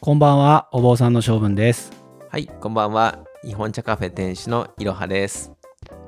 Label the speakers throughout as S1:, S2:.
S1: こんばんは、お坊さんの性分です。
S2: はい、こんばんは。日本茶カフェ店主のいろはです。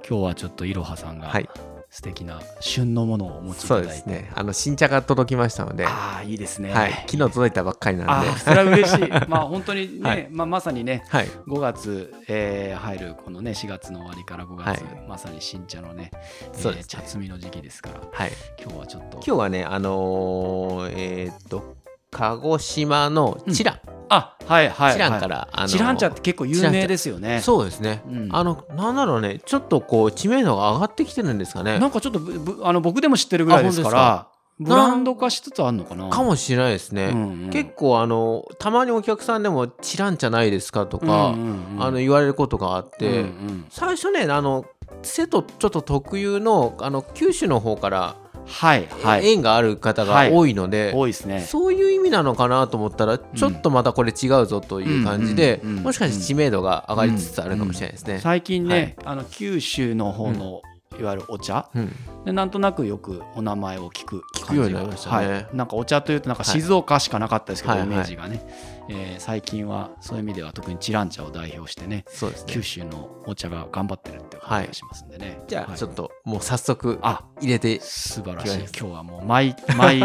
S1: 今日はちょっといろはさんが
S2: はい、
S1: 素敵な旬のものをお持ちい
S2: そ
S1: た
S2: う
S1: だ
S2: で
S1: い
S2: す
S1: て、
S2: ね。あの新茶が届きましたので、は
S1: ああいいですね。
S2: い、昨日届いたばっかりなん
S1: あ
S2: で、
S1: ーそれは嬉しい。 まあ本当にね、
S2: はい
S1: まあまさにね、
S2: はい、
S1: 5月、えー入るこのね4月の終わりから5月、
S2: はい
S1: まさに新茶のね、えー
S2: そうですね
S1: 茶摘みの時期ですから、
S2: はい。
S1: 今日はちょっと
S2: 今日はね、あのーえーっと鹿児島のチラン、
S1: あはいはい
S2: チランから、あのー
S1: チラン茶って結構有名ですよね。
S2: そうですね。
S1: うん
S2: あのなんだろうね、ちょっとこう知名度が上がってきてるんですかね
S1: な。んかちょっとぶぶあの僕でも知ってるぐらいですから
S2: あ
S1: ブ
S2: ですか
S1: ランド化しつつあるのかな
S2: かもしれないですね。
S1: うんうん
S2: 結構あのたまにお客さんでもチランじゃないですかとか、
S1: うんうんうん
S2: あの言われることがあって。
S1: うんうん
S2: 最初ねあの瀬戸ちょっと特有のあの九州の方から
S1: はいはい
S2: 縁がある方
S1: は
S2: が
S1: い
S2: 多いので、
S1: 多いですね
S2: そういう意味なのかなと思ったらちょっとまたこれ違うぞという感じで、
S1: うんうんうんうん
S2: もしかして知名度が上がりつつあるかもしれないですね。
S1: 最近ね、あの九州の方の、いわゆるお茶
S2: うん
S1: でなんとなくよくお名前を聞く
S2: 聞くようになりましたね
S1: はい、なんかお茶というとなんか
S2: はい
S1: 静岡しかなかったですけど、
S2: はいはい
S1: イメージがね、えー最近はそういう意味では特にチラン茶を代表してね
S2: そうですね
S1: 九州のお茶が頑張ってるって感じがしますんでね、
S2: じゃあちょ
S1: っ
S2: っともう早速
S1: あ
S2: 入れて
S1: 素晴らしい
S2: 今
S1: 今
S2: 日
S1: 日はもうマイマ イ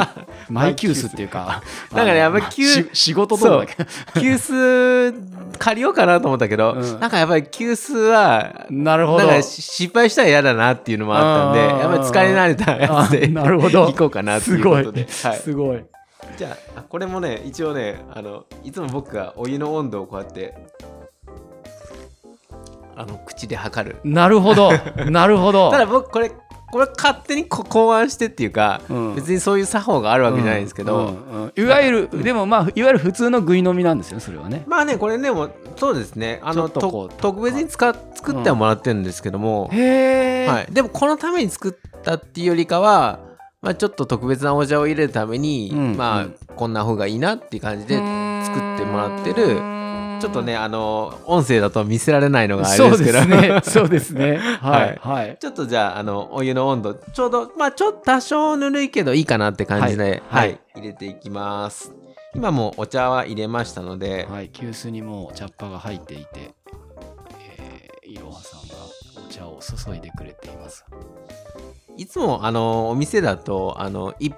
S1: マイキュースっていうか
S2: なんかねやっぱり
S1: あの
S2: キュー
S1: し仕事どうだっけ
S2: 急須借りようかなと思ったけど、
S1: うん
S2: なんかやっぱり急須は
S1: なるほ
S2: な
S1: ど
S2: んか失敗したら嫌だなっていうのもあったんで
S1: あー
S2: やっぱり使い慣れたや
S1: あ
S2: つで
S1: なるほど
S2: 行こうかなっていうことで。
S1: すごい、
S2: はい
S1: すごい
S2: じゃああこれもね一応ねあのいつも僕がお湯の温度をこうやってあの口で測る
S1: なるほどなるほど
S2: ただ僕これこれ勝手にこ考案してっていうか、
S1: うん
S2: 別にそういう作法があるわけじゃないんですけど、
S1: うんうんいわゆる、でもまあいわゆる普通のぐい飲みなんですよそれはね
S2: まあねこれでもそうですねあ
S1: ち
S2: の
S1: ょっとこと
S2: 特別に使っ作ってはもらってるんですけども、
S1: へえ、
S2: はい、でもこのために作ったっていうよりかは、まあ、ちょっと特別なお茶を入れるために、
S1: うん
S2: まあ、
S1: うん
S2: こんな方がいいなっていう感じで作ってもらってるちょっとねあの音声だと見せられないのがあれ
S1: そ
S2: で
S1: う
S2: すけ
S1: で
S2: ど
S1: す ね そうですねはいはい
S2: ちょっとじゃああのお湯の温度ちょうどまあちょっと多少ぬるいけどいいかなって感じで、
S1: は
S2: はいい
S1: はい
S2: 入れていきます今もうお茶は入れましたので、
S1: はい急須にもう茶っ葉が入っていてえーいろはさんがお茶を注いでくれています
S2: い、つもあのお店だとあの 1,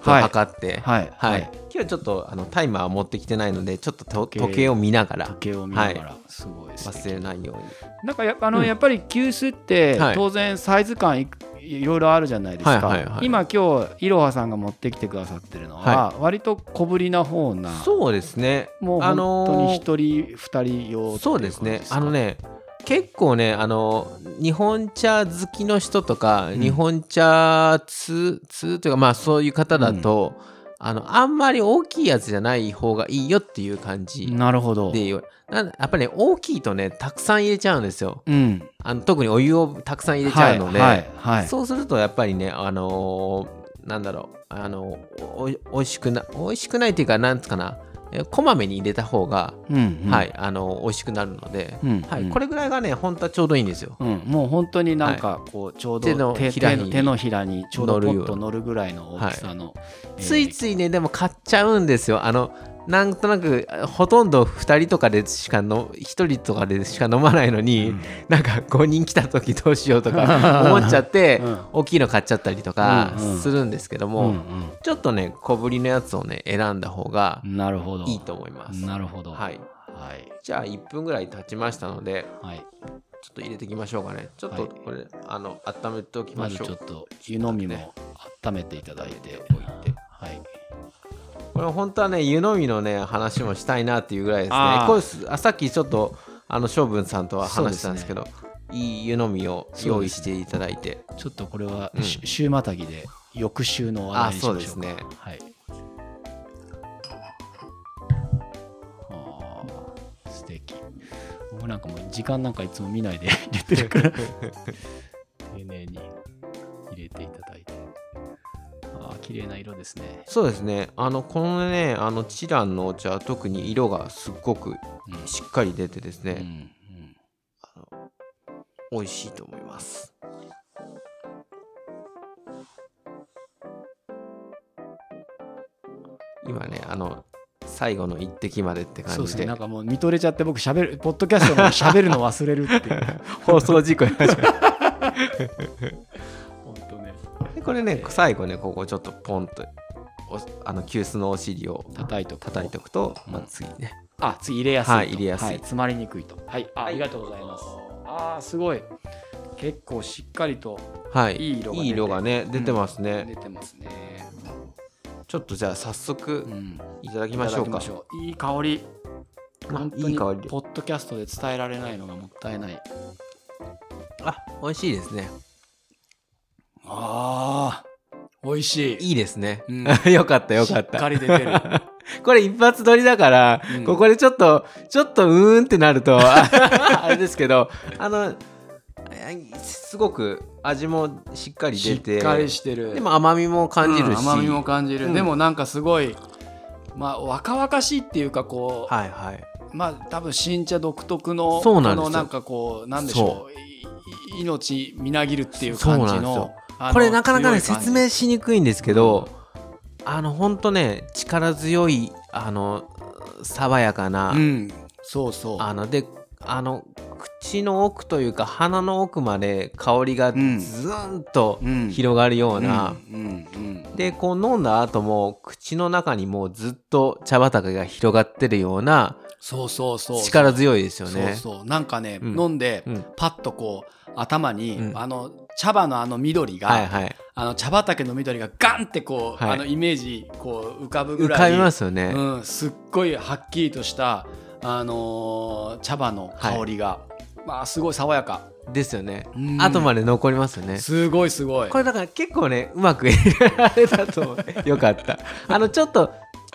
S2: 分
S1: はい
S2: 測って、
S1: はい
S2: はい今日はちょっとあのタイマーを持ってきてないのでちょっとと
S1: 時計
S2: 時計を見ながら
S1: 時計を見ながら、すごい素敵
S2: 忘れないように
S1: なんかやあの、
S2: うん
S1: やっぱり急須って
S2: はい
S1: 当然サイズ感いくいろいろあるじゃないですか、
S2: はいはいはい
S1: 今今日いろはさんが持ってきてくださってるのは、
S2: は
S1: 割と小ぶりな方な
S2: そうですね
S1: もう
S2: あ
S1: 本
S2: のー
S1: 当に一人二人用ってい感じ
S2: そうですねあのね結構ねあの日本茶好きの人とか、
S1: うん
S2: 日本茶通通というかまあそういう方だと、あのあんまり大きいやつじゃない方がいいよっていう感じ
S1: なるほど
S2: で言わなんやっぱりね大きいとねたくさん入れちゃうんですよ
S1: うん
S2: あの特にお湯をたくさん入れちゃうので、
S1: はいはいはい、
S2: そうするとやっぱりねあのーなんだろうあのおおいしくなおいしくないっていうかなんつうかなえこまめに入れた方が
S1: うんうん
S2: はい、あの美味しくなるので、
S1: うん
S2: は
S1: うん
S2: い、これぐらいがね本当はちょうどいいんですよ。
S1: うん、もう本当になんかこう、ちょうど手
S2: 手の
S1: 手
S2: ひらに
S1: の手のひらにちょうどポ
S2: 乗るよ
S1: ッ
S2: う
S1: と乗るぐらいの大きさの、えー
S2: ついついねでも買っちゃうんですよ。あのなんとなくあほとんど2人とかでしかの1人とかでしか飲まないのに、
S1: うん
S2: なんか5人来た時どうしようと か思っちゃって、
S1: うん
S2: 大きいの買っちゃったりとか
S1: うんうん
S2: するんですけども、
S1: うん
S2: ちょっとね小ぶりのやつをね選んだ方が
S1: うん、なるほど
S2: いいと思います。
S1: なるほど
S2: はい、
S1: はい
S2: じゃあ1分ぐらい経ちましたので
S1: はい
S2: ちょっと入れていきましょうかね。ちょっ
S1: は
S2: と
S1: い
S2: これ、あの温めておき
S1: ま
S2: ま
S1: ず
S2: し
S1: ち
S2: ょう。
S1: ょっと湯飲みも温めていただいて
S2: 温めておいて
S1: はい、
S2: これ本当はね湯飲みのね話もしたいなっていうぐらいですね
S1: あー
S2: これすあさっきちょっとあの勝文さんとは話したんですけどいい湯飲みを用意していただいて、
S1: ちょっとこれは
S2: うん
S1: し週またぎで翌週の話題にしましょうか
S2: あそうですね
S1: はいあー素敵僕なんかもう時間なんかいつも見ないで 入れてるから丁寧に入れていただいてああ綺麗な色ですね、
S2: そうですねあのこのねあのチランのお茶は特に色がすっごく
S1: うん
S2: しっかり出てです
S1: うん
S2: ね、
S1: うん
S2: 美味しいと思います今ねあの最後の一滴までって
S1: そう
S2: 感
S1: です
S2: じ
S1: ね、
S2: で
S1: なんかもう見とれちゃって、僕、しゃべる、ポッドキャストの喋るの忘れるっていう、
S2: 放送事故やな
S1: 本当ね、
S2: でこれね最後ねここちょっとポンとおあの急須のお尻を
S1: 叩いとくと
S2: 叩いておくと、
S1: うん
S2: まあ、次ね
S1: あ、次入れやすいと。
S2: はい入れやすい
S1: 詰まりにくいと。はい、あありがとうございます。ああ、すごい。結構しっかりと
S2: はい
S1: いい色が出て
S2: いい色がね出てますね、
S1: 出てますね。
S2: ちょっとじゃあ早速
S1: うん。
S2: いただきましょうか
S1: いただきましょういい香り。
S2: あ
S1: 本当
S2: いい
S1: にポ
S2: 香り
S1: ッドキャストで伝えられないのがもったいない。
S2: あ美味しいですね
S1: ああ、美味しい。
S2: いいですね、
S1: うん
S2: よかったよかっ
S1: しったかり出て る。
S2: これ一発撮りだから、
S1: うん
S2: ここでちょっとちょっとうーんってなると あれですけどあのあすごく味もしっかり
S1: し
S2: 出て
S1: っかりしてる。
S2: でも甘みも感じるし、
S1: うん甘みも感じる、
S2: うん
S1: でもなんかすごいまあ若々しいっていうかこう、
S2: はいはい
S1: まあ多分新茶独特の
S2: そうなんですよ
S1: このなんかこうなんでしょういい命みなぎるっていう感
S2: そ
S1: じ
S2: うなんです
S1: の
S2: よ
S1: あの
S2: これなかなかね
S1: 強い感じ
S2: 説明しにくいんですけど、あのほんとね力強いあの爽やかな、
S1: うんそうそう
S2: あのであの口の奥というか鼻の奥まで香りがズ
S1: ん
S2: ーンと
S1: うん
S2: 広がるような、
S1: うんうん
S2: でこう飲んだ後も口の中にもうずっと茶畑が広がってるような
S1: そうそうそう
S2: 力強いですよ
S1: そう
S2: ね。
S1: そうなんかね、
S2: うん
S1: 飲んで、
S2: うん
S1: パッとこう頭に、
S2: うん
S1: あの茶葉のあの緑が、
S2: はいはい、
S1: あの茶畑の緑がガンってこう、
S2: はい
S1: あのイメージこう浮かぶぐ
S2: 浮
S1: らい
S2: かびますよね。
S1: うん、すっごいはっきりとした、あのー茶葉の香りが、まあすごい爽やか
S2: ですよね
S1: うん。
S2: 後まで残りますよね。
S1: すごいすごい
S2: これだから結構ねうまく入れられたと思 うよかった。あのちょっと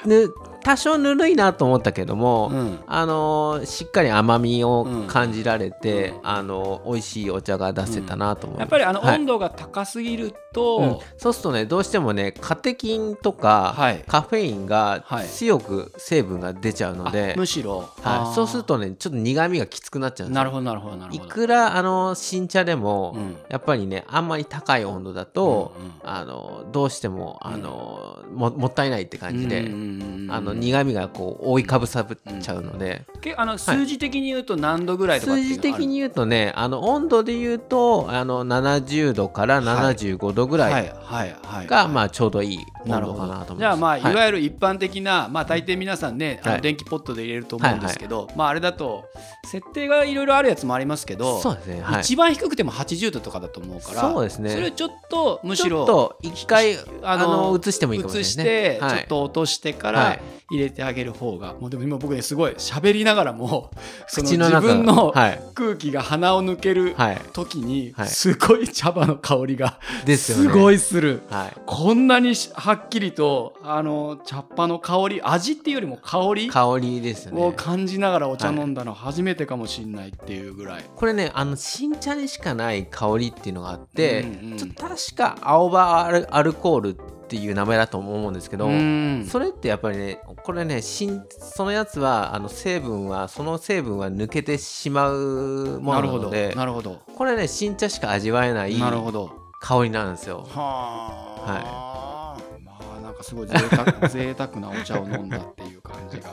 S2: ぬ多少ぬるいなと思ったけども、
S1: うん
S2: あのーしっかり甘みを感じられて、あのー美味しいお茶が出せたなと思いま
S1: や
S2: す
S1: っぱりあの
S2: はい
S1: 温度が高すぎる
S2: う
S1: と
S2: ん、そうするとねどうしてもねカテキンとか、
S1: はい
S2: カフェインが
S1: はい
S2: 強く成分が出ちゃうの
S1: あ
S2: で、
S1: むしろ、あ
S2: は
S1: ー
S2: い、そうするとねちょっと苦みがきつくなっちゃうんです
S1: なる
S2: よ
S1: ほどなるほどなる
S2: い
S1: ほど
S2: くらあの新茶でも、
S1: うん
S2: やっぱりねあんまり高い温度だと、
S1: うんうん
S2: あのどうしてもあの、ももったいないって感じで、
S1: うんうんうんうん
S2: あの苦みがこう覆いかぶさぶっちゃうので、
S1: けあの数字的に言うと何度ぐらいとかって
S2: 数
S1: いうの
S2: 字
S1: は
S2: 的に言うとねあの温度で言うとあの70度から75度ぐ
S1: ある
S2: ら
S1: はいいはいはい
S2: が、
S1: はい
S2: まあちょうどいい
S1: な
S2: 温
S1: る
S2: 度
S1: ほ
S2: かなと
S1: ど
S2: 思います
S1: じゃあまあ、い、
S2: は
S1: わゆる一般的なまあ大抵皆さんね、あ
S2: は
S1: の
S2: い
S1: 電気ポットで入れると思うんですけど、まああれだと設定がいろいろあるやつもありますけど
S2: そうですねはい
S1: 一番低くても80度とかだと思うから
S2: そうですね
S1: れをちょっとむし
S2: ちょ
S1: ろ
S2: っと一回
S1: あ
S2: あ
S1: の
S2: の移してもいいかもしれ
S1: 移
S2: ない
S1: し
S2: ね
S1: てちょ
S2: はい
S1: っと落としてか
S2: は
S1: ら
S2: い
S1: 入れてあげる方が、もうでも今僕ねすごい喋りながら もその
S2: 口の
S1: 自
S2: 中
S1: 分の
S2: はい
S1: 空気が鼻を抜ける
S2: はい
S1: 時に
S2: はい
S1: すごい茶葉の香りが
S2: ですよね
S1: すごいする。
S2: はい
S1: こんなにしはっきりとあの茶っ葉の香り味っていうよりも香り
S2: 香りです
S1: を
S2: ね
S1: 感じながらお茶飲んだの初めてかもしれないっていうぐらい。
S2: これねあの新茶にしかない香りっていうのがあって、
S1: うんうん
S2: ちょっと確か青葉アルアルコールっていう名前だと思うんですけど、
S1: うん
S2: それってやっぱりねこれね新そのやつはあの成分はその成分は抜けてしまうも
S1: なる
S2: のな
S1: ほ
S2: の
S1: ど
S2: で
S1: なるほど
S2: これね新茶しか味わえない
S1: なるほど。
S2: 香りなんですよ
S1: はあ、まあなんかすごい贅沢贅沢なお茶を飲んだっていう感じが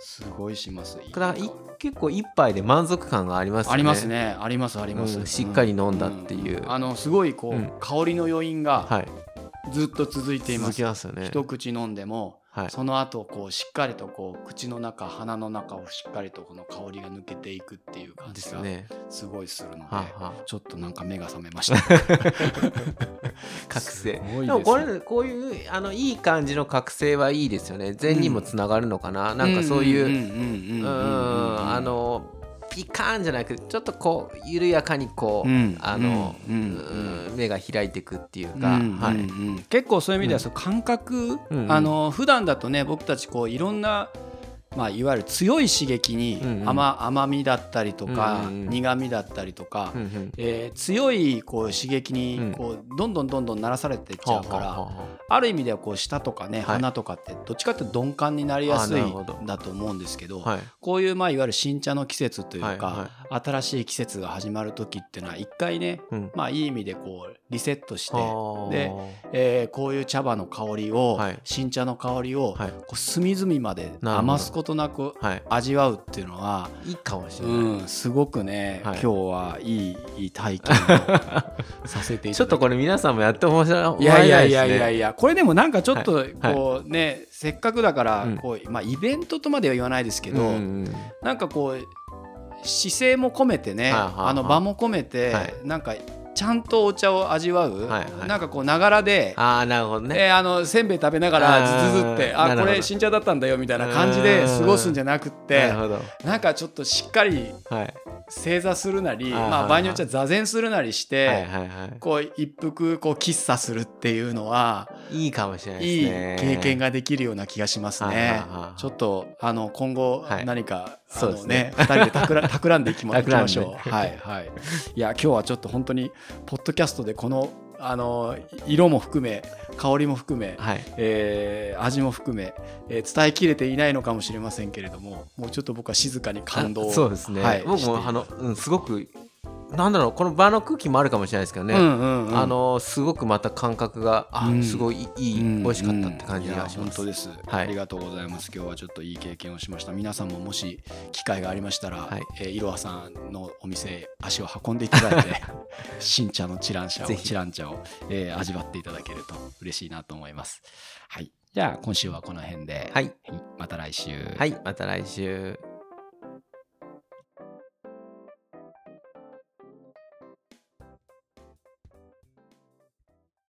S1: すごいし ます。いい
S2: だからい結構一杯で満足感がありますよね
S1: ありますねありますあります、
S2: うんしっかり飲んだっていう
S1: あのすごいこう、
S2: うん
S1: 香りの余韻が
S2: はい
S1: ずっと続いていま
S2: 続
S1: す
S2: き。ますよね
S1: 一口飲んでも、
S2: はい
S1: その後こうしっかりとこう口の中鼻の中をしっかりとこの香りが抜けていくっていう感
S2: で
S1: じ
S2: す
S1: が
S2: ね
S1: すごいするので、
S2: はあはあ
S1: ちょっとなんか目が覚めました。
S2: 覚醒
S1: すごい
S2: です
S1: ね
S2: もこれこういうあのいい感じの覚醒はいいですよね禅にもつながるのか な、なんかそういうう
S1: い
S2: んあ、のピカーンじゃなくてちょっとこう緩やかにこう、
S1: うん
S2: あの、
S1: うんうん
S2: うん目が開いていくっていうか、
S1: うん
S2: はい、
S1: うんうん結構そういう意味では、その感覚、
S2: うんうん
S1: あの普段だとね僕たちこういろんなまあ、いわゆる強い刺激に
S2: うんうん
S1: 甘,、甘みだったりとか、
S2: うんうんうん
S1: 苦みだったりとか、
S2: うんうん
S1: えー強いこう刺激
S2: うん
S1: にこうどんどんどんどん慣らされていっちゃうから、
S2: はあはあはあ
S1: ある意味ではこう舌とかね、
S2: はい
S1: 鼻とかってどっちかっていうと鈍感になりやすい
S2: あなるほど
S1: んだと思うんですけど
S2: はい
S1: こういうまあいわゆる新茶の季節というか、
S2: はいは
S1: 新しい季節が始まる時っていうのは一回ね
S2: うん
S1: まあいい意味でこうリセットして、
S2: はあ
S1: でえーこういう茶葉の香りを、
S2: はい
S1: 新茶の香りを、
S2: はい
S1: こう隅々まで
S2: なるほど
S1: 余すことなく
S2: はい
S1: 味わうっていうのは、
S2: いいかもしれない、
S1: うん、すごくね、
S2: はい
S1: 今日はいいいい体験をさせていただきました
S2: ちょっとこれ皆さんもやって面白い
S1: いやいやいやいや
S2: 面白ですね
S1: いや、これでもなんかちょっと
S2: はい
S1: こうね、せっかくだから
S2: うん
S1: こう、まあ、イベントとまでは言わないですけど、
S2: うんうんうん
S1: なんかこう姿勢も込めてね、
S2: はいはいはい
S1: あの場も込めて、
S2: はい
S1: なんかちゃんとお茶を味わう、
S2: はいはい
S1: なんかこうながらで、
S2: ああなるほどね、
S1: えーあのせんべい食べながら
S2: あー
S1: ズズズってあ
S2: なる
S1: こ
S2: ほど
S1: れ新茶だったんだよみたいな感じで過ごすんじゃなくって
S2: なるほど
S1: なんかちょっとしっかり
S2: はい
S1: 正座するなり
S2: あー
S1: まあ、場合によっちゃ座禅するなりして、
S2: はいはいは
S1: こう一服こう喫茶するっていうのは。
S2: いいいかもしれない
S1: いい
S2: です
S1: 経
S2: ね
S1: 験ができるような気がします
S2: はいはい
S1: ね
S2: はいは。い
S1: ちょっとあの今後
S2: はい
S1: 何か、あ
S2: そうで
S1: の
S2: す
S1: ね
S2: ね
S1: 二人でた くら企んでいきまいき
S2: 企んで
S1: ましょう。はいはい。いや今日はちょっと本当にポッドキャストでこのあの色も含め香りも含め。
S2: はい
S1: えー味も含め、えー伝えきれていないのかもしれませんけれどももうちょっと僕は静かに感動を
S2: あそうですね、
S1: はい
S2: 僕
S1: してい
S2: もあの、うん、すごくなんだろうこの場の空気もあるかもしれないですけどね、
S1: うんうんうん
S2: あのすごくまた感覚があ、
S1: うん
S2: すごいいい、
S1: うん
S2: 美味しかったって感じ
S1: いや
S2: がし
S1: 本
S2: ます、
S1: 当です、
S2: はい
S1: ありがとうございます今日はちょっといい経験をしました皆さんももし機会がありましたら、
S2: はい
S1: えーいろはさんのお店へ足を運んでいただい て新茶のチラン茶を
S2: ぜひ
S1: チラン茶を、えー味わっていただけると嬉しいなと思いますはいじゃあ今週はこの辺で、
S2: はい、
S1: また来週
S2: はい、また来週。